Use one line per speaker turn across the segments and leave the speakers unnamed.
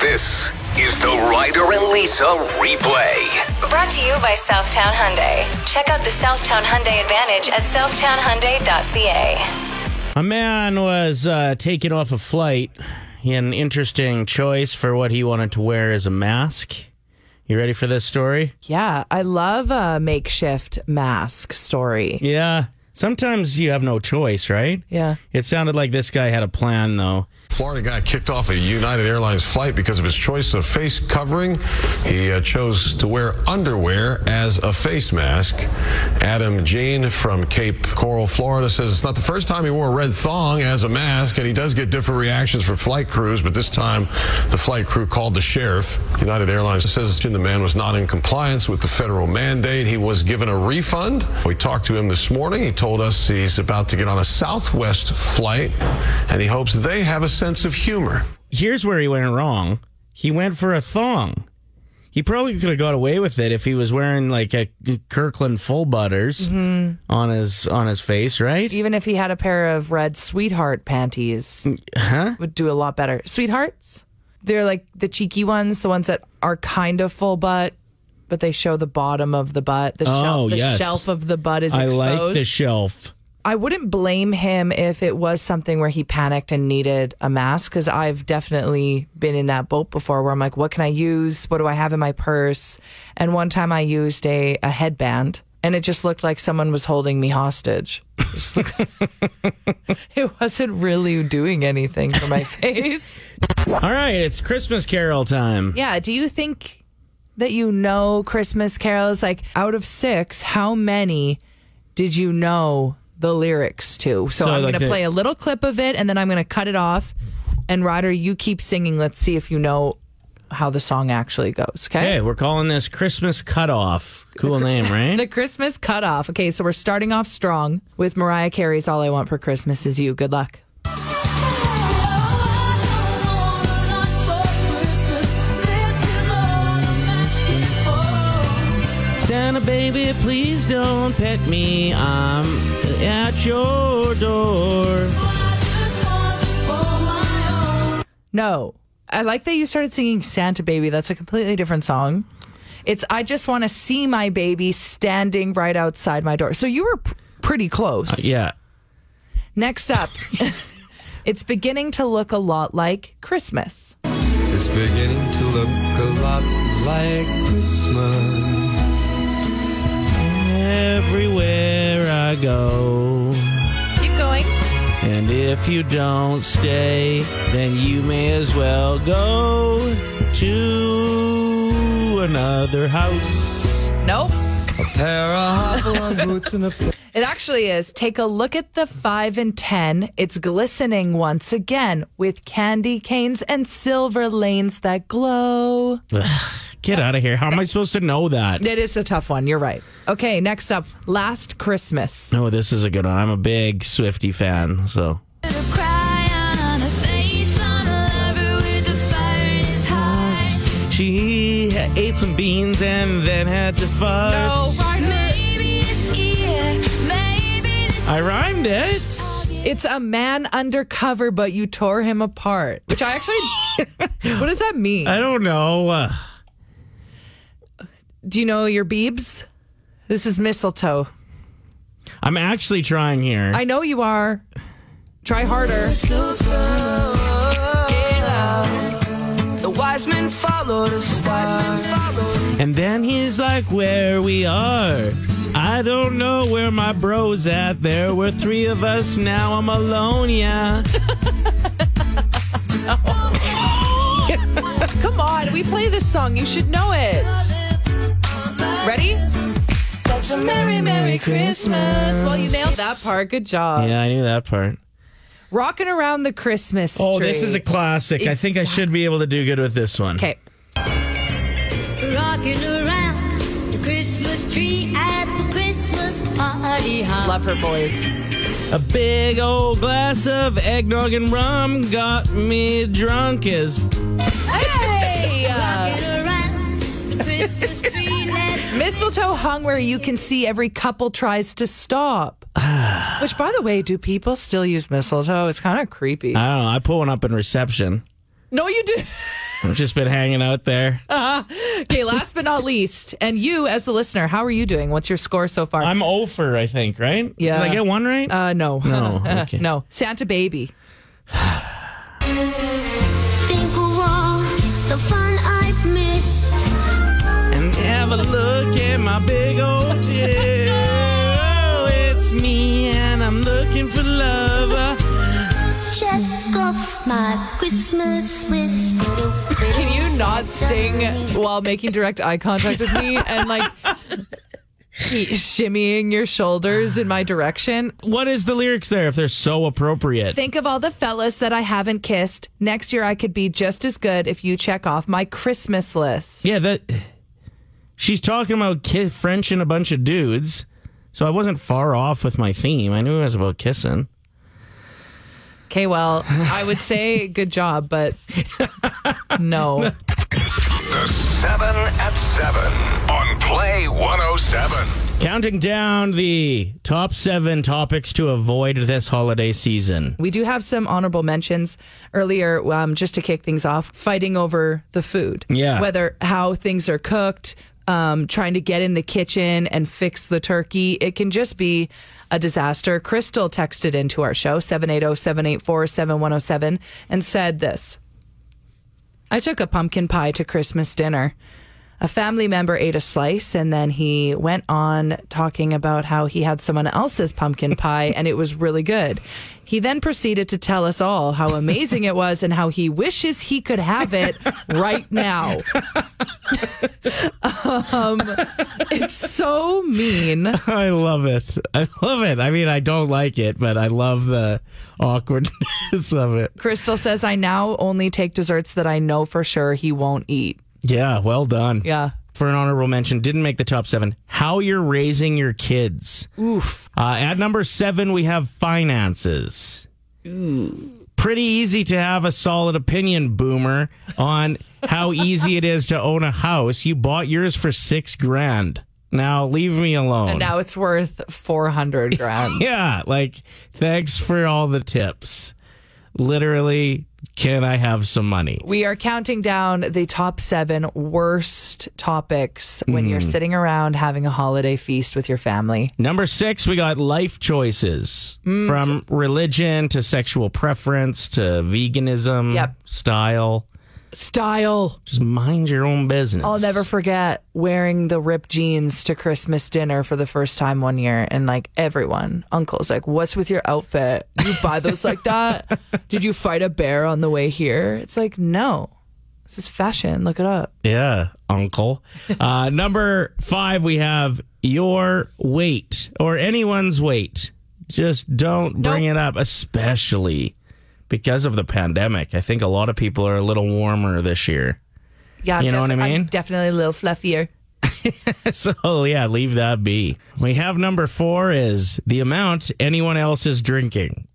This is the Ryder and Lisa replay.
Brought to you by Southtown Hyundai. Check out the Southtown Hyundai Advantage at southtownhyundai.ca.
A man was uh, taken off a flight. He had an interesting choice for what he wanted to wear as a mask. You ready for this story?
Yeah, I love a makeshift mask story.
Yeah. Sometimes you have no choice, right?
Yeah.
It sounded like this guy had a plan, though.
Florida guy kicked off a United Airlines flight because of his choice of face covering. He uh, chose to wear underwear as a face mask. Adam Jane from Cape Coral, Florida says it's not the first time he wore a red thong as a mask, and he does get different reactions from flight crews, but this time the flight crew called the sheriff. United Airlines says the man was not in compliance with the federal mandate. He was given a refund. We talked to him this morning. He told us he's about to get on a Southwest flight, and he hopes they have a sense of humor.
Here's where he went wrong he went for a thong. He probably could have got away with it if he was wearing like a Kirkland full butters on his on his face, right?
Even if he had a pair of red sweetheart panties,
Mm. Huh?
would do a lot better. Sweethearts? They're like the cheeky ones, the ones that are kind of full butt, but they show the bottom of the butt. The,
Oh,
shel- the
yes.
shelf of the butt is
I
exposed.
like the shelf.
I wouldn't blame him if it was something where he panicked and needed a mask because I've definitely been in that boat before where I'm like, what can I use? What do I have in my purse? And one time I used a, a headband and it just looked like someone was holding me hostage. Just look- it wasn't really doing anything for my face.
All right, it's Christmas Carol time.
Yeah. Do you think that you know Christmas carols? Like out of six, how many did you know the lyrics to? So, I'm
like
going to
the-
play a little clip of it and then I'm going to cut it off. And Ryder, you keep singing. Let's see if you know how the song actually goes. Okay.
Hey, we're calling this Christmas Cutoff. Cool name, right?
The Christmas cutoff. Okay. So we're starting off strong with Mariah Carey's All I Want for Christmas Is You. Good luck.
Santa baby, please don't pet me. I'm at your door.
No. I like that you started singing Santa Baby. That's a completely different song. It's I just want to see my baby standing right outside my door. So you were p- pretty close.
Uh, Yeah.
Next up, it's beginning to look a lot like Christmas.
It's beginning to look a lot like Christmas.
Everywhere I go.
Keep going.
And if you don't stay, then you may as well go to another house.
Nope.
A pair of Hopalong boots and a
It actually is. Take a look at the 5 and 10. It's glistening once again with candy canes and silver lanes that glow.
Get out of here. How am I supposed to know that?
It is a tough one. You're right. Okay, next up, Last Christmas.
No, this is a good one. I'm a big Swifty fan, so. She ate some beans and then had to fart. I rhymed it.
It's a man undercover, but you tore him apart. Which I actually, what does that mean?
I don't know. Uh,
Do you know your beebs? This is mistletoe.
I'm actually trying here.
I know you are. Try harder.
The wise men follow the star.
and then he's like, Where we are. I don't know where my bro's at. There were three of us. Now I'm alone, yeah.
Come on, we play this song. You should know it. Ready? Such a merry, merry Christmas. Well, you nailed that part. Good job.
Yeah, I knew that part.
Rocking around the Christmas tree.
Oh, this is a classic. I think I should be able to do good with this one.
okay.
Rocking around the Christmas tree at the Christmas party hop.
Love her voice.
A big old glass of eggnog and rum got me drunk as
Hey!
Rocking around the Christmas tree. Let
Mistletoe hung where you can see every couple tries to stop. Which, by the way, do people
Uh,
still use mistletoe? It's kind of creepy.
I don't know. I put one up in reception.
no, you do.
Just been hanging out there.
Okay, last but not least, and you as the listener, how are you doing? What's your score so far?
I'm over, I think, right?
Yeah.
Did I get one right?
uh, no.
No, okay.
no. Santa Baby.
Think of all the fun I've missed.
and have a look at my big old dick. oh, it's me, and I'm looking for love. Uh,
Check off my Christmas list.
Can you not sing while making direct eye contact with me and like shimmying your shoulders in my direction?
What is the lyrics there if they're so appropriate?
Think of all the fellas that I haven't kissed. Next year I could be just as good if you check off my Christmas list.
yeah, that. She's talking about ki- French and a bunch of dudes. So I wasn't far off with my theme. I knew it was about kissing.
Okay, well, I would say good job, but no.
The 7 at 7 on Play 107.
Counting down the top seven topics to avoid this holiday season.
We do have some honorable mentions earlier, um, just to kick things off, fighting over the food.
Yeah.
Whether how things are cooked, um, trying to get in the kitchen and fix the turkey. It can just be a disaster. Crystal texted into our show, oh, 780 784 7107, and said this I took a pumpkin pie to Christmas dinner. A family member ate a slice and then he went on talking about how he had someone else's pumpkin pie and it was really good. He then proceeded to tell us all how amazing it was and how he wishes he could have it right now. um, it's so mean.
I love it. I love it. I mean, I don't like it, but I love the awkwardness of it.
Crystal says, I now only take desserts that I know for sure he won't eat.
Yeah, well done.
Yeah.
For an honorable mention, didn't make the top seven. How you're raising your kids. Oof. Uh, at number seven, we have finances. Pretty easy to have a solid opinion, boomer, on how easy it is to own a house. You bought yours for six grand. Now leave me alone.
And now it's worth 400 grand.
Yeah, like thanks for all the tips. Literally, can I have some money?
We are counting down the top seven worst topics when you're
Hmm.
sitting around having a holiday feast with your family.
Number six, we got life choices
Mm.
from religion to sexual preference to veganism,
Yep.
style.
Style.
Just mind your own business.
I'll never forget wearing the ripped jeans to Christmas dinner for the first time one year. And like everyone, uncle's like, What's with your outfit? You buy those like that? Did you fight a bear on the way here? It's like, No, this is fashion. Look it up.
Yeah, uncle. uh, number five, we have your weight or anyone's weight. Just don't bring it up, especially because of the pandemic. I think a lot of people are a little warmer this year.
Yeah. I'm
You know what I
I'm
mean?
definitely a little fluffier.
So, yeah, leave that be. We have number four is the amount anyone else is drinking.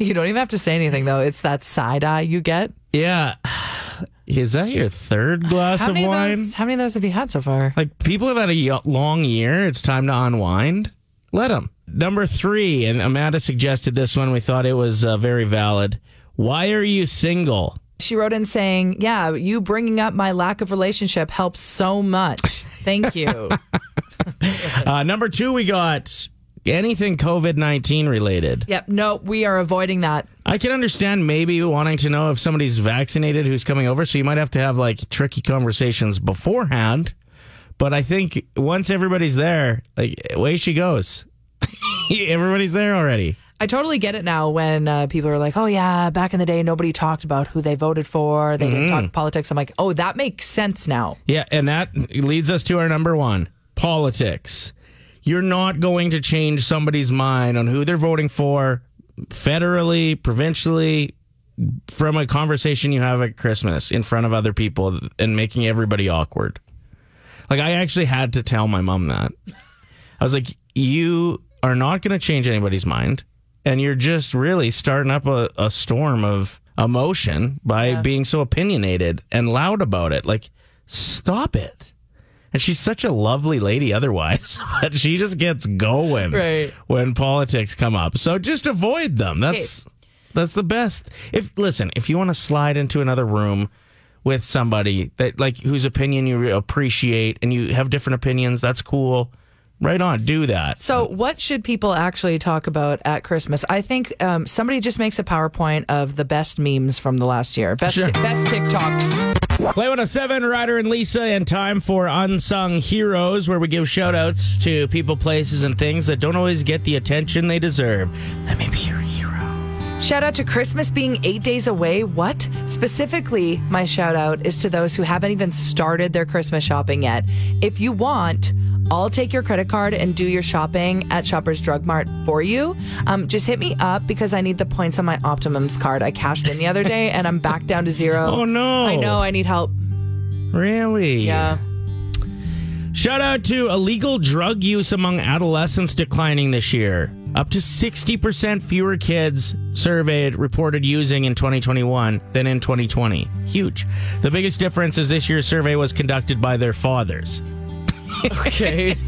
You don't even have to say anything though. It's that side eye you get.
Yeah. Is that your third glass
How
of
many, of
wine?
those, how many of those have you had so far?
Like people have had a y- long year. It's time to unwind. Let them. Number three, and Amanda suggested this one. We thought it was uh, very valid. Why are you single?
She wrote in saying, Yeah, you bringing up my lack of relationship helps so much. Thank you.
Uh, number two, we got anything COVID nineteen related.
yep. No, we are avoiding that.
I can understand maybe wanting to know if somebody's vaccinated who's coming over, so you might have to have like tricky conversations beforehand. But I think once everybody's there, like away she goes. everybody's there already.
I totally get it now when uh, people are like, Oh, yeah, back in the day, nobody talked about who they voted for. They didn't talk politics. I'm like, Oh, that makes sense now.
Yeah, and that leads us to our number one politics. You're not going to change somebody's mind on who they're voting for federally, provincially, from a conversation you have at Christmas in front of other people and making everybody awkward. Like, I actually had to tell my mom that. I was like, you are not going to change anybody's mind. And you're just really starting up a, a storm of emotion by being so opinionated and loud about it. Like, stop it. And she's such a lovely lady otherwise, but she just gets going
Right.
when politics come up. So just avoid them. That's That's the best. If listen, if you want to slide into another room with somebody that like whose opinion you re- appreciate and you have different opinions, that's cool. Right on, do that.
So, what should people actually talk about at Christmas? I think um, somebody just makes a PowerPoint of the best memes from the last year, best
Sure.
best TikToks.
Play 107, Ryder and Lisa, and time for Unsung Heroes, where we give shout outs to people, places, and things that don't always get the attention they deserve. Let me be your hero.
Shout out to Christmas being eight days away. What specifically? My shout out is to those who haven't even started their Christmas shopping yet. If you want. I'll take your credit card and do your shopping at Shoppers Drug Mart for you. Um, just hit me up because I need the points on my Optimums card. I cashed in the other day and I'm back down to zero.
Oh, no.
I know. I need help.
Really?
Yeah.
Shout out to illegal drug use among adolescents declining this year. Up to 60% fewer kids surveyed reported using in 2021 than in 2020. Huge. The biggest difference is this year's survey was conducted by their fathers.
Okay.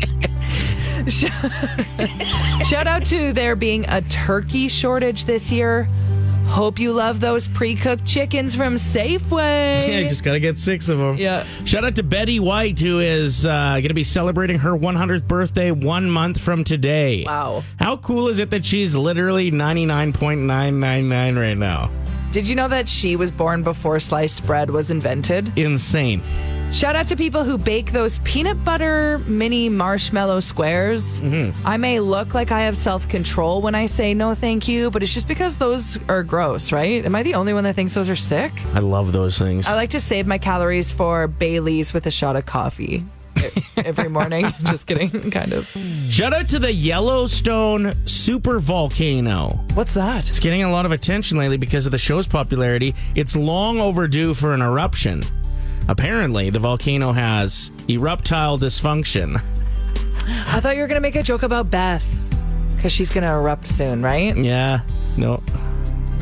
Shout out to there being a turkey shortage this year. Hope you love those pre cooked chickens from Safeway.
Yeah, you just got to get six of them.
Yeah.
Shout out to Betty White, who is uh, going to be celebrating her 100th birthday one month from today.
Wow.
How cool is it that she's literally 99.999 right now?
Did you know that she was born before sliced bread was invented?
Insane.
Shout out to people who bake those peanut butter mini marshmallow squares.
Mm-hmm.
I may look like I have self control when I say no thank you, but it's just because those are gross, right? Am I the only one that thinks those are sick?
I love those things.
I like to save my calories for Bailey's with a shot of coffee E-, every morning. Just kidding, kind of.
Shout out to the Yellowstone super volcano.
What's that?
It's getting a lot of attention lately because of the show's popularity. It's long overdue for an eruption. Apparently, the volcano has eruptile dysfunction.
I thought you were going to make a joke about Beth because she's going to erupt soon, right?
Yeah, no,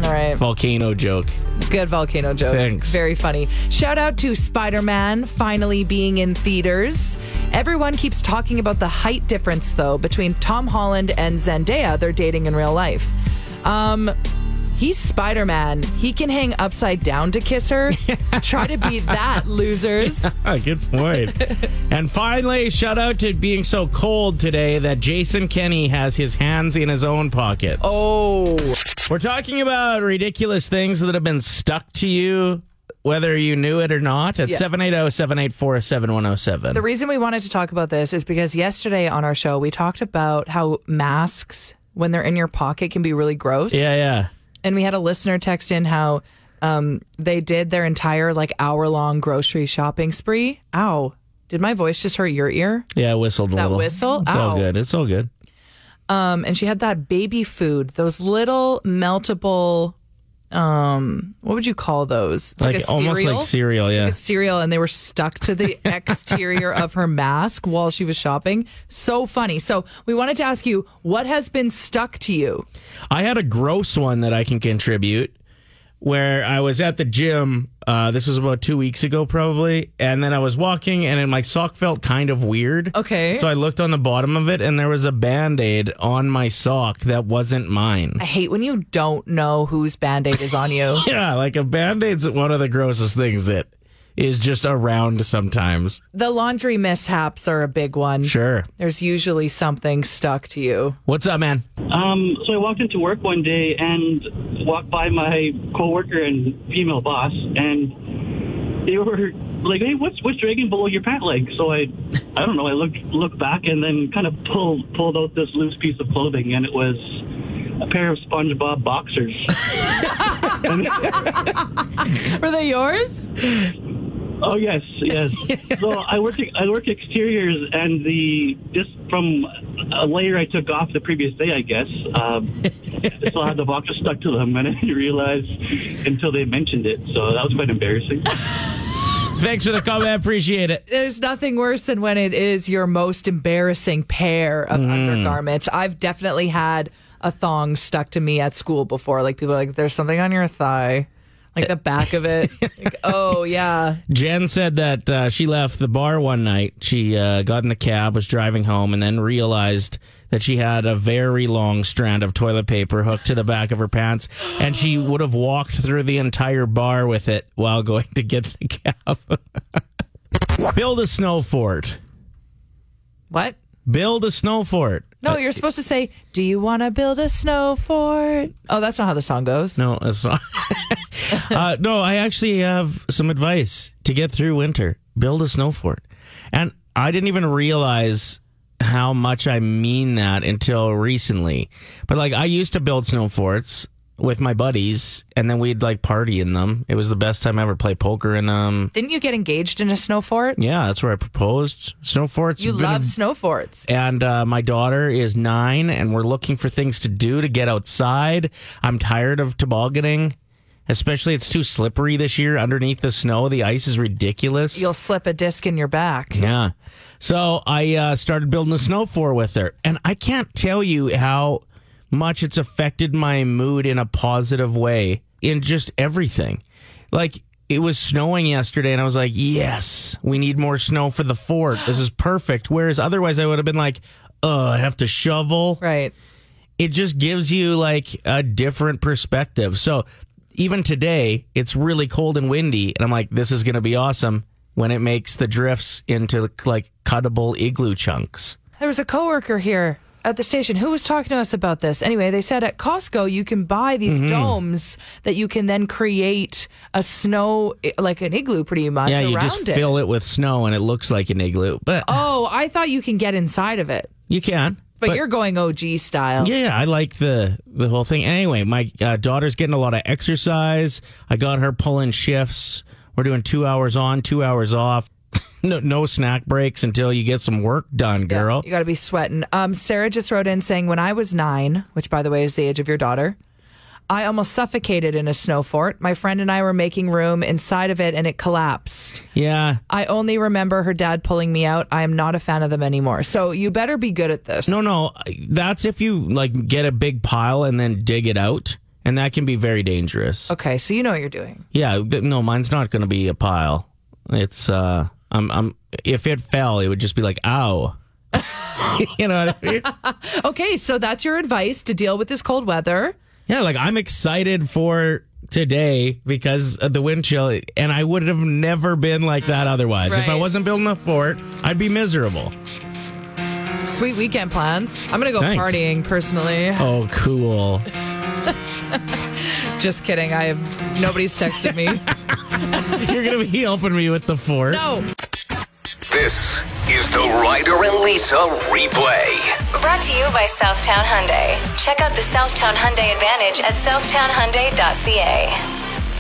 All right.
volcano joke.
Good volcano joke.
Thanks.
Very funny. Shout out to Spider Man finally being in theaters. Everyone keeps talking about the height difference, though, between Tom Holland and Zendaya. They're dating in real life. Um, he's Spider Man. He can hang upside down to kiss her. Try to beat that, losers.
Ah, good point. and finally, shout out to being so cold today that Jason Kenny has his hands in his own pockets.
Oh.
We're talking about ridiculous things that have been stuck to you, whether you knew it or not, at oh,
Yeah.
780 784 7107.
The reason we wanted to talk about this is because yesterday on our show, we talked about how masks, when they're in your pocket, can be really gross.
Yeah, yeah.
and we had a listener text in how um, they did their entire like hour long grocery shopping spree. Ow. Did my voice just hurt your ear?
Yeah, I whistled a
That
little.
whistle?
It's all
Ow.
good. It's all good.
Um, and she had that baby food, those little meltable, um, what would you call those? It's
Like, almost like cereal,
It's
yeah.
Like a cereal, and they were stuck to the exterior of her mask while she was shopping. So funny. So we wanted to ask you, what has been stuck to you?
I had a gross one that I can contribute where I was at the gym. Uh, this was about two weeks ago, probably. And then I was walking, and my sock felt kind of weird.
Okay.
So I looked on the bottom of it, and there was a band aid on my sock that wasn't mine.
I hate when you don't know whose band aid is on you.
Yeah, like a band aid's one of the grossest things that is just around sometimes.
The laundry mishaps are a big one.
Sure.
There's usually something stuck to you.
What's up, man?
Um, so I walked into work one day and walked by my coworker and female boss, and they were like, "Hey, what's what's dragging below your pant leg?" So I, I don't know. I looked looked back and then kind of pulled pulled out this loose piece of clothing, and it was a pair of SpongeBob boxers.
Were they yours?
Oh yes, yes. so I work I work exteriors, and the just from a layer I took off the previous day, I guess. Um, still had the boxers stuck to them, and I didn't realize until they mentioned it. So that was quite embarrassing.
Thanks for the comment. Appreciate it.
There's nothing worse than when it is your most embarrassing pair of
Mm.
undergarments. I've definitely had a thong stuck to me at school before. Like people are like, there's something on your thigh, like the back of it. Like, oh, yeah.
Jen said that uh, she left the bar one night. She uh, got in the cab, was driving home, and then realized that she had a very long strand of toilet paper hooked to the back of her pants, and she would have walked through the entire bar with it while going to get the cab. Build a snow fort.
What?
Build a snow fort.
No, you're supposed to say, "Do you want to build a snow fort?" Oh, that's not how the song goes.
No, that's not. uh, no, I actually have some advice to get through winter. Build a snow fort. And I didn't even realize how much I mean that until recently. But like, I used to build snow forts with my buddies, and then we'd like party in them. It was the best time I ever. Play poker in them.
Didn't you get engaged in a snow fort?
Yeah, that's where I proposed. Snow forts.
You
have been a
love snow forts.
and uh, my daughter is nine, and we're looking for things to do to get outside. I'm tired of tobogganing, especially it's too slippery this year underneath the snow. The ice is ridiculous.
You'll slip a disc in your back.
yeah. So I uh, started building a snow fort with her, and I can't tell you how much it's affected my mood in a positive way in just everything. Like, it was snowing yesterday, and I was like, yes, we need more snow for the fort. This is perfect. Whereas otherwise, I would have been like, oh, I have to shovel
Right.
it just gives you like a different perspective. So even today, it's really cold and windy, and I'm like, this is going to be awesome when it makes the drifts into like cuttable igloo chunks.
There was a coworker here at the station who was talking to us about this. Anyway, they said at Costco you can buy these
Mm-hmm.
domes that you can then create a snow i- like an igloo pretty much
yeah,
around
you just
it.
fill it with snow and it looks like an igloo, but
oh, I thought you can get inside of it.
you can.
But, you're going OG style.
Yeah, yeah, I like the the whole thing. Anyway, my uh, daughter's getting a lot of exercise. I got her pulling shifts. We're doing two hours on, two hours off. no, no snack breaks until you get some work done,
Yeah,
girl.
You got to be sweating. Um, Sarah just wrote in saying, When I was nine, which by the way is the age of your daughter, I almost suffocated in a snow fort. My friend and I were making room inside of it and it collapsed.
yeah.
I only remember her dad pulling me out. I am not a fan of them anymore. So you better be good at this.
No, no, that's if you like get a big pile and then dig it out, and that can be very dangerous.
Okay, so you know what you're doing.
Yeah, th- no, mine's not going to be a pile. It's uh, I'm, I'm. If it fell, it would just be like, ow. you know what I mean?
Okay, so that's your advice to deal with this cold weather.
Yeah, like I'm excited for today because of the wind chill, and I would have never been like that otherwise. If I
Right.
wasn't building a fort, I'd be miserable.
Sweet weekend plans. I'm going to go
Thanks.
partying personally.
Oh, cool.
Just kidding. I have nobody's texted me.
You're gonna be helping me with the fort.
no.
This is the Ryder and Lisa replay.
Brought to you by Southtown Hyundai. Check out the Southtown Hyundai Advantage at southtownhyundai.ca.